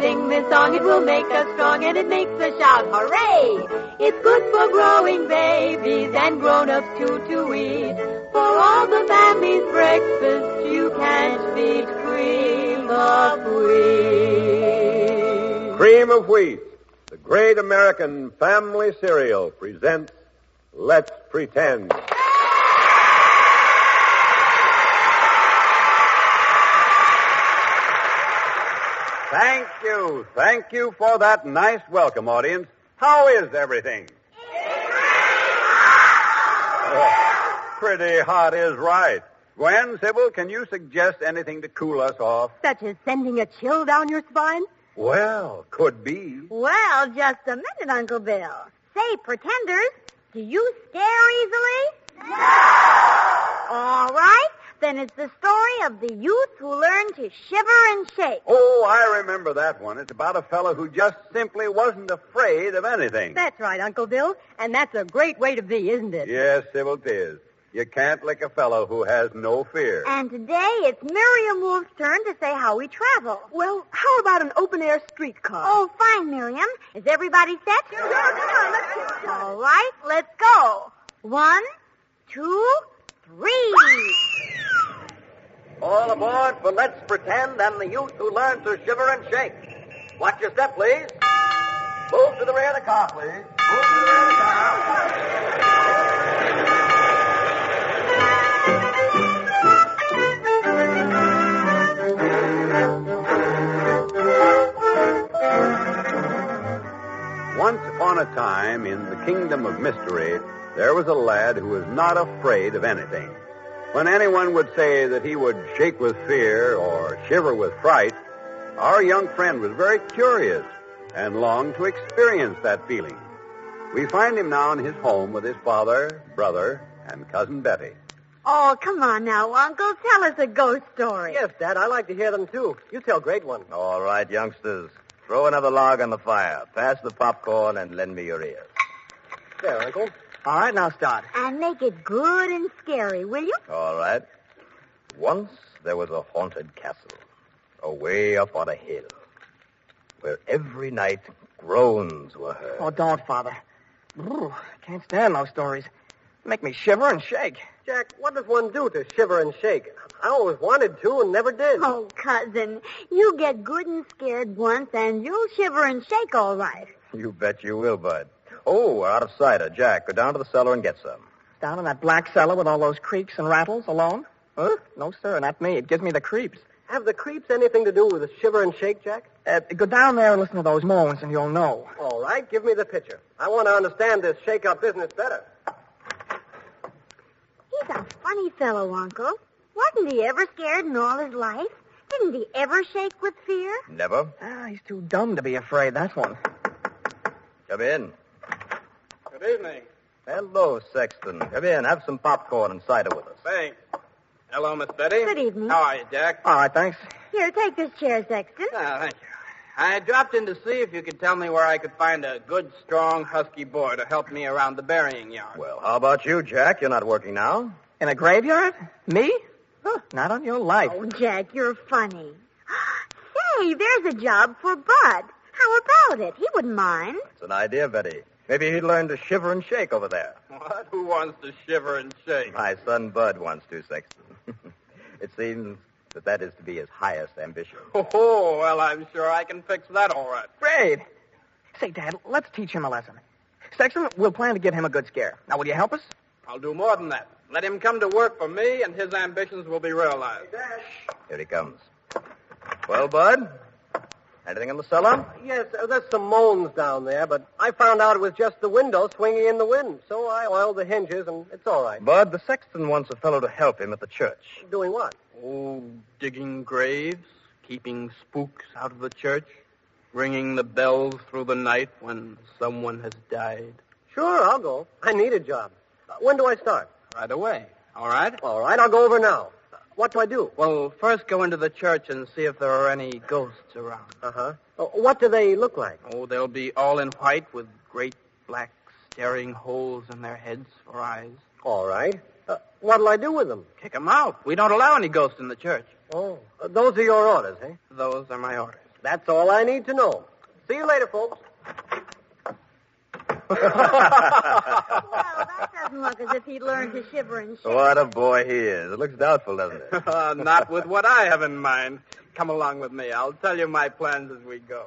strong, it will make us strong, and it makes us shout, hooray! It's good for growing babies and grown-ups too to eat. For all the family's breakfast, you can't beat cream of wheat. Cream of Wheat, the great American family cereal, presents Let's Pretend. Thank you. Thank you for that nice welcome, audience. How is everything? Oh, pretty hot is right. Gwen, Sybil, can you suggest anything to cool us off? Such as sending a chill down your spine? Well, could be. Well, just a minute, Uncle Bill. Say, pretenders, do you scare easily? All right, then it's the story of the youth who learned to shiver and shake. Oh, I remember that one. It's about a fellow who just simply wasn't afraid of anything. That's right, Uncle Bill, and that's a great way to be, isn't it? Yes, Sybil, 'tis. You can't lick a fellow who has no fear. And today it's Miriam Wolf's turn to say how we travel. Well, how about an open air streetcar? Oh, fine, Miriam. Is everybody set? Sure, All right, let's go. One, two, three. All aboard for Let's Pretend and the youth who learn to shiver and shake. Watch your step, please. Move to the rear of the car, please. Move to the rear of the car. Once upon a time, in the kingdom of mystery, there was a lad who was not afraid of anything. When anyone would say that he would shake with fear or shiver with fright, our young friend was very curious and longed to experience that feeling. We find him now in his home with his father, brother, and cousin Betty. Oh, come on now, Uncle. Tell us a ghost story. Yes, Dad, I like to hear them too. You tell great ones. All right, youngsters. Throw another log on the fire. Pass the popcorn and lend me your ear. There, Uncle. All right, now start. And make it good and scary, will you? All right. Once there was a haunted castle, away up on a hill, where every night groans were heard. Oh, don't, Father. Ooh, can't stand those stories. Make me shiver and shake. Jack, what does one do to shiver and shake? I always wanted to and never did. Oh, cousin, you get good and scared once, and you'll shiver and shake all right. You bet you will, bud. Oh, we're out of cider. Jack, go down to the cellar and get some. Down in that black cellar with all those creaks and rattles alone? Huh? No, sir, not me. It gives me the creeps. Have the creeps anything to do with the shiver and shake, Jack? Uh, go down there and listen to those moans and you'll know. All right, give me the picture. I want to understand this shake-up business better. He's a funny fellow, Uncle. Wasn't he ever scared in all his life? Didn't he ever shake with fear? Never? Ah, he's too dumb to be afraid, that's one. Come in. Good evening. Hello, Sexton. Come in. Have some popcorn and cider with us. Thanks. Hello, Miss Betty. Good evening. How are you, Jack? All right, thanks. Here, take this chair, Sexton. Ah, thank you. I dropped in to see if you could tell me where I could find a good, strong, husky boy to help me around the burying yard. Well, how about you, Jack? You're not working now. In a graveyard? Me? Huh, not on your life. Oh, Jack, you're funny. Say, there's a job for Bud. How about it? He wouldn't mind. It's an idea, Betty. Maybe he'd learn to shiver and shake over there. What? Who wants to shiver and shake? My son Bud wants to, Sexton. it seems that that is to be his highest ambition. Oh, well, I'm sure I can fix that all right. Great. Say, Dad, let's teach him a lesson. Sexton, we'll plan to get him a good scare. Now, will you help us? I'll do more than that. Let him come to work for me, and his ambitions will be realized. Here he comes. Well, Bud, anything in the cellar? Yes, uh, there's some moans down there, but I found out it was just the window swinging in the wind. So I oiled the hinges, and it's all right. Bud, the sexton wants a fellow to help him at the church. Doing what? Oh, digging graves, keeping spooks out of the church, ringing the bells through the night when someone has died. Sure, I'll go. I need a job. Uh, when do I start? Right away. All right? All right, I'll go over now. Uh, What do I do? Well, first go into the church and see if there are any ghosts around. Uh-huh. Uh, what do they look like? Oh, they'll be all in white with great black staring holes in their heads for eyes. All right. Uh, what'll I do with them? Kick 'em out. We don't allow any ghosts in the church. Oh, uh, those are your orders, eh? Those are my orders. That's all I need to know. See you later, folks. Well, that doesn't look as if he'd learned to shiver and Oh, shake. What a boy he is. It looks doubtful, doesn't it? Uh, Not with what I have in mind. Come along with me. I'll tell you my plans as we go.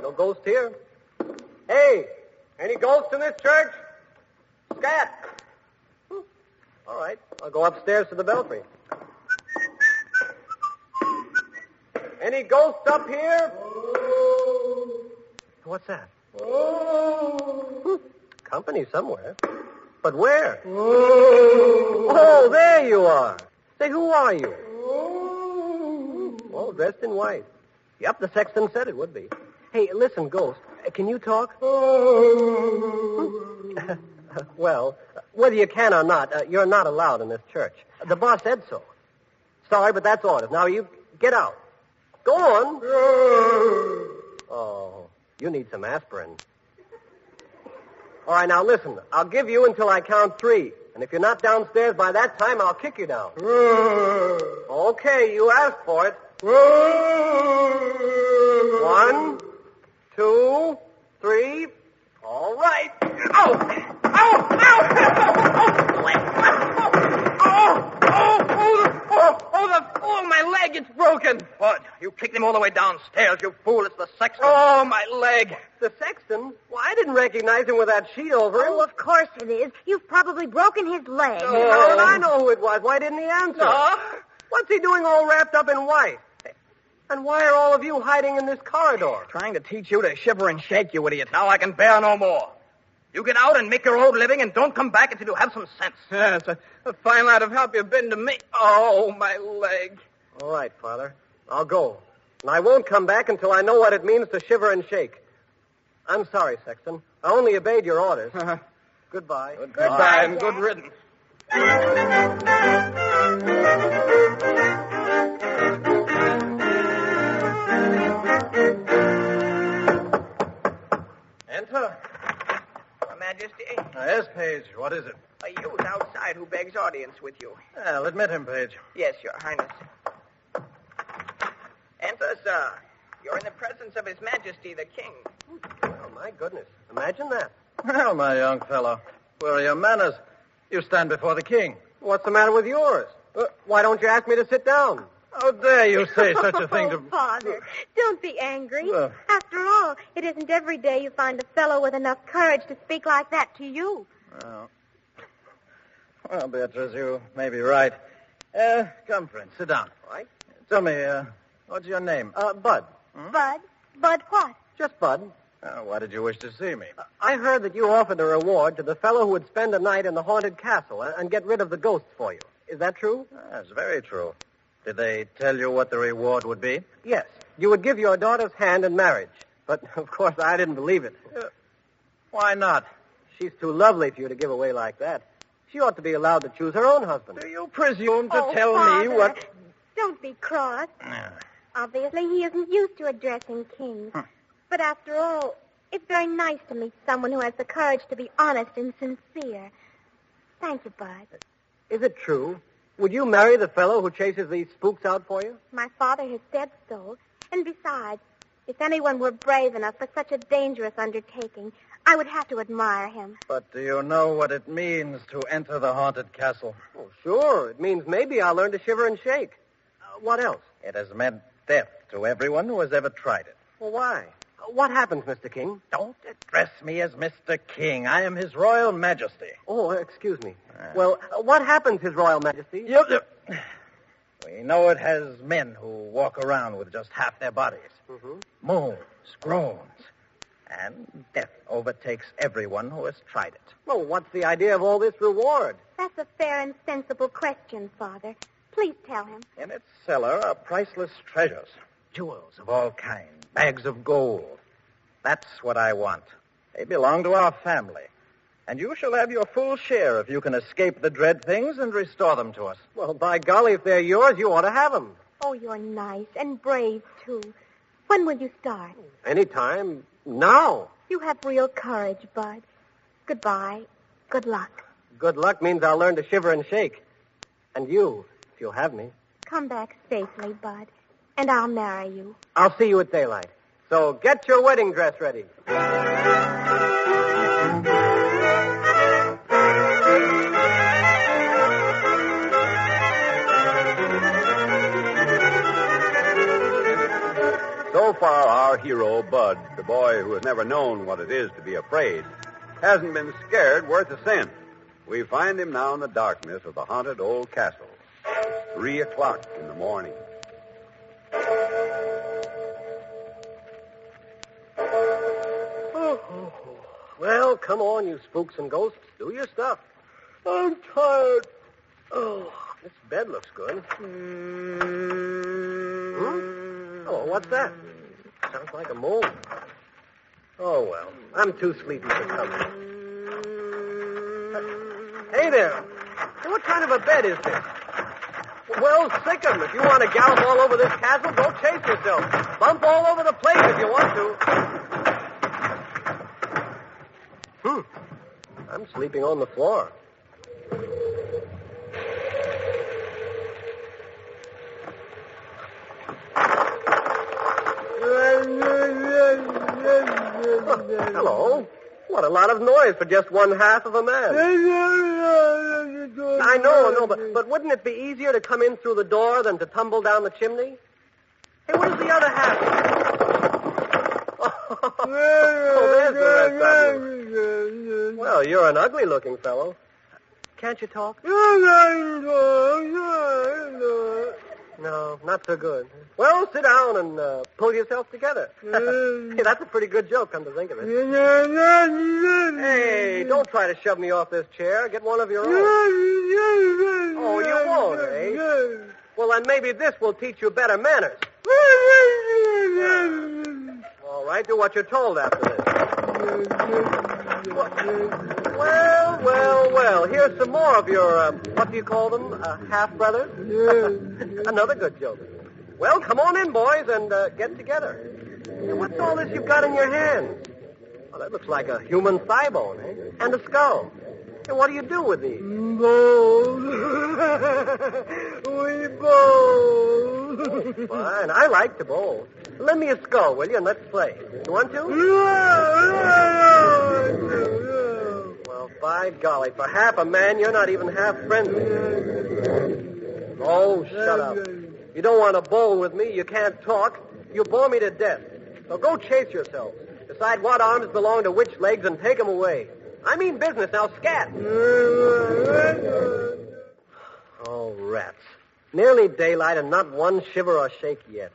No ghost here. Hey, any ghosts in this church? Scat. Hmm. All right, I'll go upstairs to the belfry. Any ghosts up here? What's that? Hmm. Company somewhere. But where? Oh, there you are. Say, who are you? Well, dressed in white. Yep, the sexton said it would be. Hey, listen, Ghost, uh, can you talk? well, whether you can or not, uh, you're not allowed in this church. The boss said so. Sorry, but that's orders. Now you get out. Go on. Oh, you need some aspirin. All right, now listen. I'll give you until I count three. And if you're not downstairs by that time, I'll kick you down. Okay, you asked for it. One, two, three. All right. Ow! Ow! Ow! Oh, Oh, oh, oh, the, oh, oh, the, oh, my leg, it's broken. What? You kicked him all the way downstairs, you fool. It's the sexton. Oh, my leg. The sexton? Well, I didn't recognize him with that sheet over him. Oh, of course it is. You've probably broken his leg. Oh, How did I know who it was? Why didn't he answer? Oh, What's he doing all wrapped up in white? And why are all of you hiding in this corridor? Trying to teach you to shiver and shake, you idiot. Now I can bear no more. You get out and make your own living and don't come back until you have some sense. yes, a, a fine lot of help you've been to me. Oh, my leg. All right, Father. I'll go. And I won't come back until I know what it means to shiver and shake. I'm sorry, Sexton. I only obeyed your orders. Goodbye. Goodbye and good riddance. Enter. Your Majesty, yes, Page. What is it? a youth outside who begs audience with you. I'll admit him, Page. Yes, Your Highness. Enter, sir. You're in the presence of His Majesty the King. Oh, my goodness. Imagine that. Well, my young fellow, where are your manners? You stand before the king. What's the matter with yours? Uh, why don't you ask me to sit down? How dare you say such a thing oh, to... Father, don't be angry. Well. After all, it isn't every day you find a fellow with enough courage to speak like that to you. Well, well Beatrice, you may be right. Uh, come, friend, sit down. Right. Tell me, uh, what's your name? Uh, Bud. Hmm? Bud? Bud what? Just Bud. Uh, why did you wish to see me? I heard that you offered a reward to the fellow who would spend a night in the haunted castle and, and get rid of the ghosts for you. Is that true? That's very true. Did they tell you what the reward would be? Yes. You would give your daughter's hand in marriage. But, of course, I didn't believe it. Why not? She's too lovely for you to give away like that. She ought to be allowed to choose her own husband. Do you presume to Oh, tell Father, me what... Don't be cross. Ah, Obviously, he isn't used to addressing kings. Hmm. But after all, it's very nice to meet someone who has the courage to be honest and sincere. Thank you, Bud. Is it true? Would you marry the fellow who chases these spooks out for you? My father has said so. And besides, if anyone were brave enough for such a dangerous undertaking, I would have to admire him. But do you know what it means to enter the haunted castle? Oh, sure. It means maybe I'll learn to shiver and shake. Uh, what else? It has meant death to everyone who has ever tried it. Well, why? Uh, What happens, Mr. King? Don't address me as Mr. King. I am His Royal Majesty. Oh, excuse me. Ah. Well, uh, what happens, His Royal Majesty? Yep, yep. We know it has men who walk around with just half their bodies. Mhm. Moans, groans, and death overtakes everyone who has tried it. Well, what's the idea of all this reward? That's a fair and sensible question, Father. Please tell him. In its cellar are priceless treasures, jewels of all kinds, bags of gold. That's what I want. They belong to our family. And you shall have your full share if you can escape the dread things and restore them to us. Well, by golly, if they're yours, you ought to have them. Oh, you're nice and brave, too. When will you start? Anytime, No. You have real courage, Bud. Goodbye. Good luck. Good luck means I'll learn to shiver and shake. And you, if you'll have me. Come back safely, Bud, and I'll marry you. I'll see you at daylight. So get your wedding dress ready. So far, our hero, Bud, the boy who has never known what it is to be afraid, hasn't been scared worth a cent. We find him now in the darkness of the haunted old castle. Three o'clock in the morning. Oh, Well, come on, you spooks and ghosts. Do your stuff. I'm tired. Oh, this bed looks good. Hmm? Oh, what's that? Sounds like a mole. Oh, well, I'm too sleepy to come. Hey there. What kind of a bed is this? Well, sick 'em. If you want to gallop all over this castle, go chase yourself. Bump all over the place if you want to. Hmm. I'm sleeping on the floor. Oh, Hello. What a lot of noise for just one half of a man. Oh, I know, no, but, but wouldn't it be easier to come in through the door than to tumble down the chimney? Hey, where's the other half? Oh, there's the rest of you. Well, you're an ugly looking fellow. Can't you talk? No, not so good. Well, sit down and uh, pull yourself together. hey, that's a pretty good joke, come to think of it. Hey, don't try to shove me off this chair. Get one of your own. Oh, Oh, you won't, eh? Well, then maybe this will teach you better manners. Mm, All right, do what you're told after this. Well, well, well. Here's some more of your, uh, what do you call them? Uh, half brothers? Another good joke. Well, come on in, boys, and uh, get together. Hey, what's all this you've got in your hands? Well, that looks like a human thigh bone, eh? And a skull. Hey, what do you do with these? we both. Fine. I like to bowl. Lend me a skull, will you, and let's play. You want to? Well, by golly, for half a man, you're not even half friendly. Oh, shut up. You don't want to bowl with me. You can't talk. You bore me to death. So go chase yourself. Decide what arms belong to which legs and take 'em away. I mean business. Now scat. Oh, rats. Nearly daylight and not one shiver or shake yet.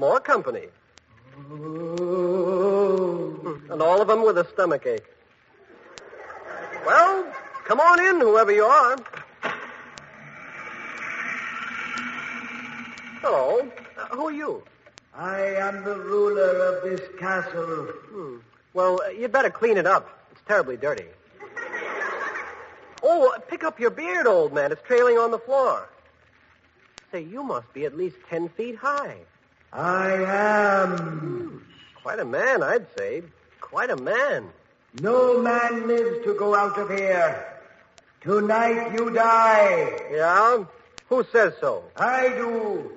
More company. And all of them with a stomach ache. Well, come on in, whoever you are. Hello. Uh, who are you? I am the ruler of this castle. Hmm. Well, uh, you'd better clean it up. It's terribly dirty. Oh, uh, pick up your beard, old man. It's trailing on the floor. Say, you must be at least ten feet high. I am. Quite a man, I'd say. Quite a man. No man lives to go out of here. Tonight you die. Yeah? Who says so? I do.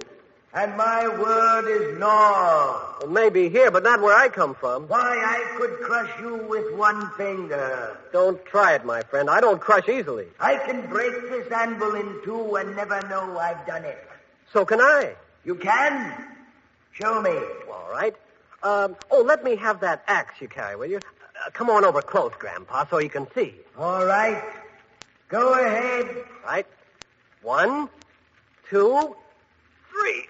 And my word is law. Well, maybe here, but not where I come from. Why, I could crush you with one finger. Don't try it, my friend. I don't crush easily. I can break this anvil in two and never know I've done it. So can I. You can? Show me. All right. Um, oh, let me have that axe you carry, will you? Uh, come on over close, Grandpa, so you can see. All right. Go ahead. Right? One, two, Three.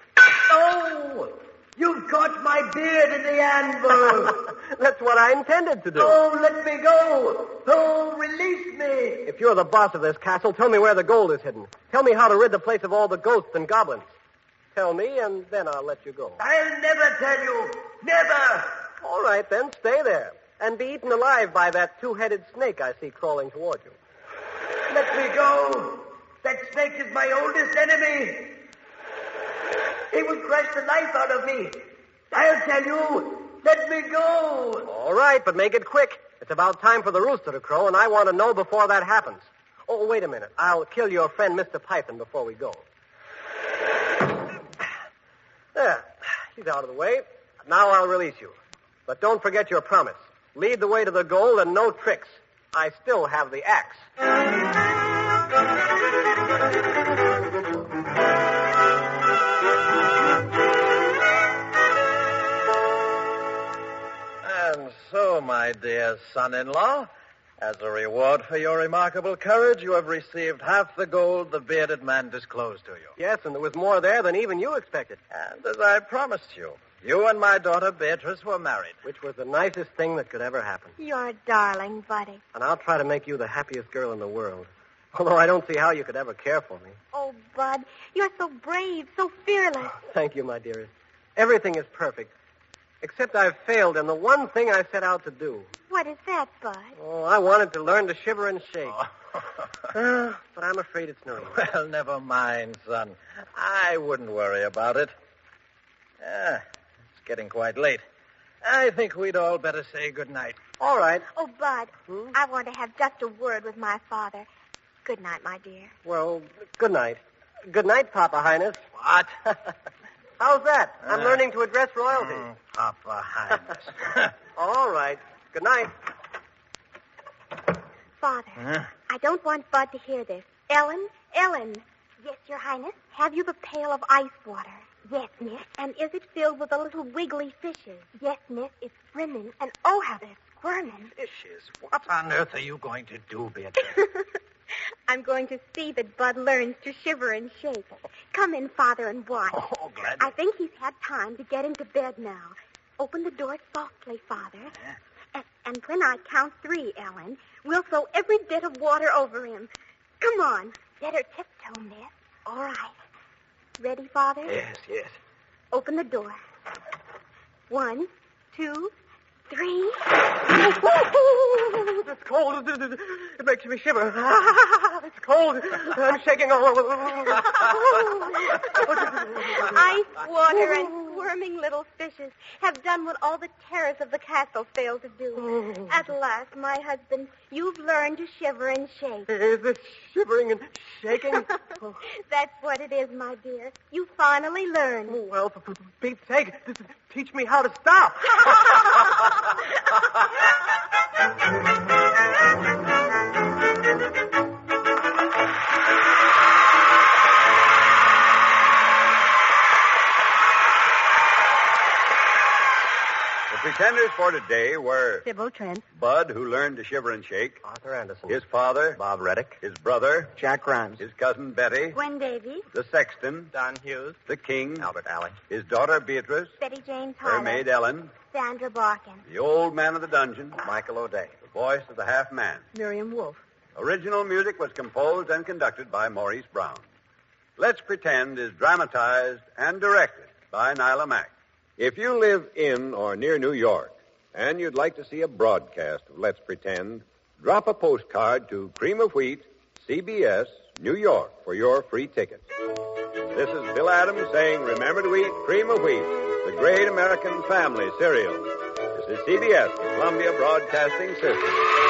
Oh! You've caught my beard in the anvil. That's what I intended to do. oh, let me go. Oh, release me. If you're the boss of this castle, tell me where the gold is hidden. Tell me how to rid the place of all the ghosts and goblins. Tell me, and then I'll let you go. I'll never tell you. Never. All right, then, stay there. And be eaten alive by that two-headed snake I see crawling toward you. Let me go. That snake is my oldest enemy. He would crash the knife out of me. I'll tell you, let me go. All right, but make it quick. It's about time for the rooster to crow, and I want to know before that happens. Oh, wait a minute. I'll kill your friend, Mr. Python, before we go. There. He's out of the way. Now I'll release you. But don't forget your promise. Lead the way to the goal and no tricks. I still have the axe. And so, my dear son-in-law, as a reward for your remarkable courage, you have received half the gold the bearded man disclosed to you. Yes, and there was more there than even you expected, And as I promised you, you and my daughter Beatrice were married. which was the nicest thing that could ever happen. You're a darling, buddy. And I'll try to make you the happiest girl in the world. Although I don't see how you could ever care for me. Oh, Bud, you're so brave, so fearless. Thank you, my dearest. Everything is perfect. Except I've failed in the one thing I set out to do. What is that, Bud? Oh, I wanted to learn to shiver and shake. Oh. Ah, but I'm afraid it's no use. well, never mind, son. I wouldn't worry about it. Ah, it's getting quite late. I think we'd all better say good night. All right. Oh, Bud, Hmm? I want to have just a word with my father. Good night, my dear. Well, good night. Good night, Papa Highness. What? How's that? I'm Ah. learning to address royalty. Hmm, Mm, Papa Highness. All right. Good night. Father, Uh-huh. Huh? I don't want Bud to hear this. Ellen, Ellen. Yes, Your Highness. Have you the pail of ice water? Yes, miss. And is it filled with the little wiggly fishes? Yes, miss. It's swimming, and oh, how they're squirming. Fishes? What on earth are you going to do, Beatrice? I'm going to see that Bud learns to shiver and shake. Come in, Father, and watch. Oh, Gladys. I think he's had time to get into bed now. Open the door softly, Father. And, and when I count three, Ellen, we'll throw every bit of water over him. Come on. Better tiptoe, miss. All right. Ready, Father? Yes, yes. Open the door. One, two, three. It's cold. It makes me shiver. It's cold. I'm shaking all over. Ice water and squirming little fishes have done what all the terrors of the castle failed to Oh. do. At last, my husband, you've learned to shiver and shake. Is this shivering and shaking? That's what it is, my dear. You finally learned. Well, for for Pete's sake, this- teach me how to stop. The pretenders for today were Sybil Trent. Bud, who learned to shiver and shake, Arthur Anderson. his father, Bob Reddick, his brother, Jack Grimes. his cousin Betty, Gwen Davies, the sexton, Don Hughes. the king, Albert Alley. his daughter Beatrice, Betty Jane her Tyler, maid Ellen, Sandra Barkin. the old man of the dungeon, Michael O'Day. the voice of the half man. Miriam Wolfe. Original music was composed and conducted by Maurice Brown. Let's Pretend is dramatized and directed by Nyla Mack. If you live in or near New York and you'd like to see a broadcast of Let's Pretend, drop a postcard to Cream of Wheat, CBS, New York for your free tickets. This is Bill Adams saying, remember to eat Cream of Wheat, the great American family cereal. This is CBS, the Columbia Broadcasting System.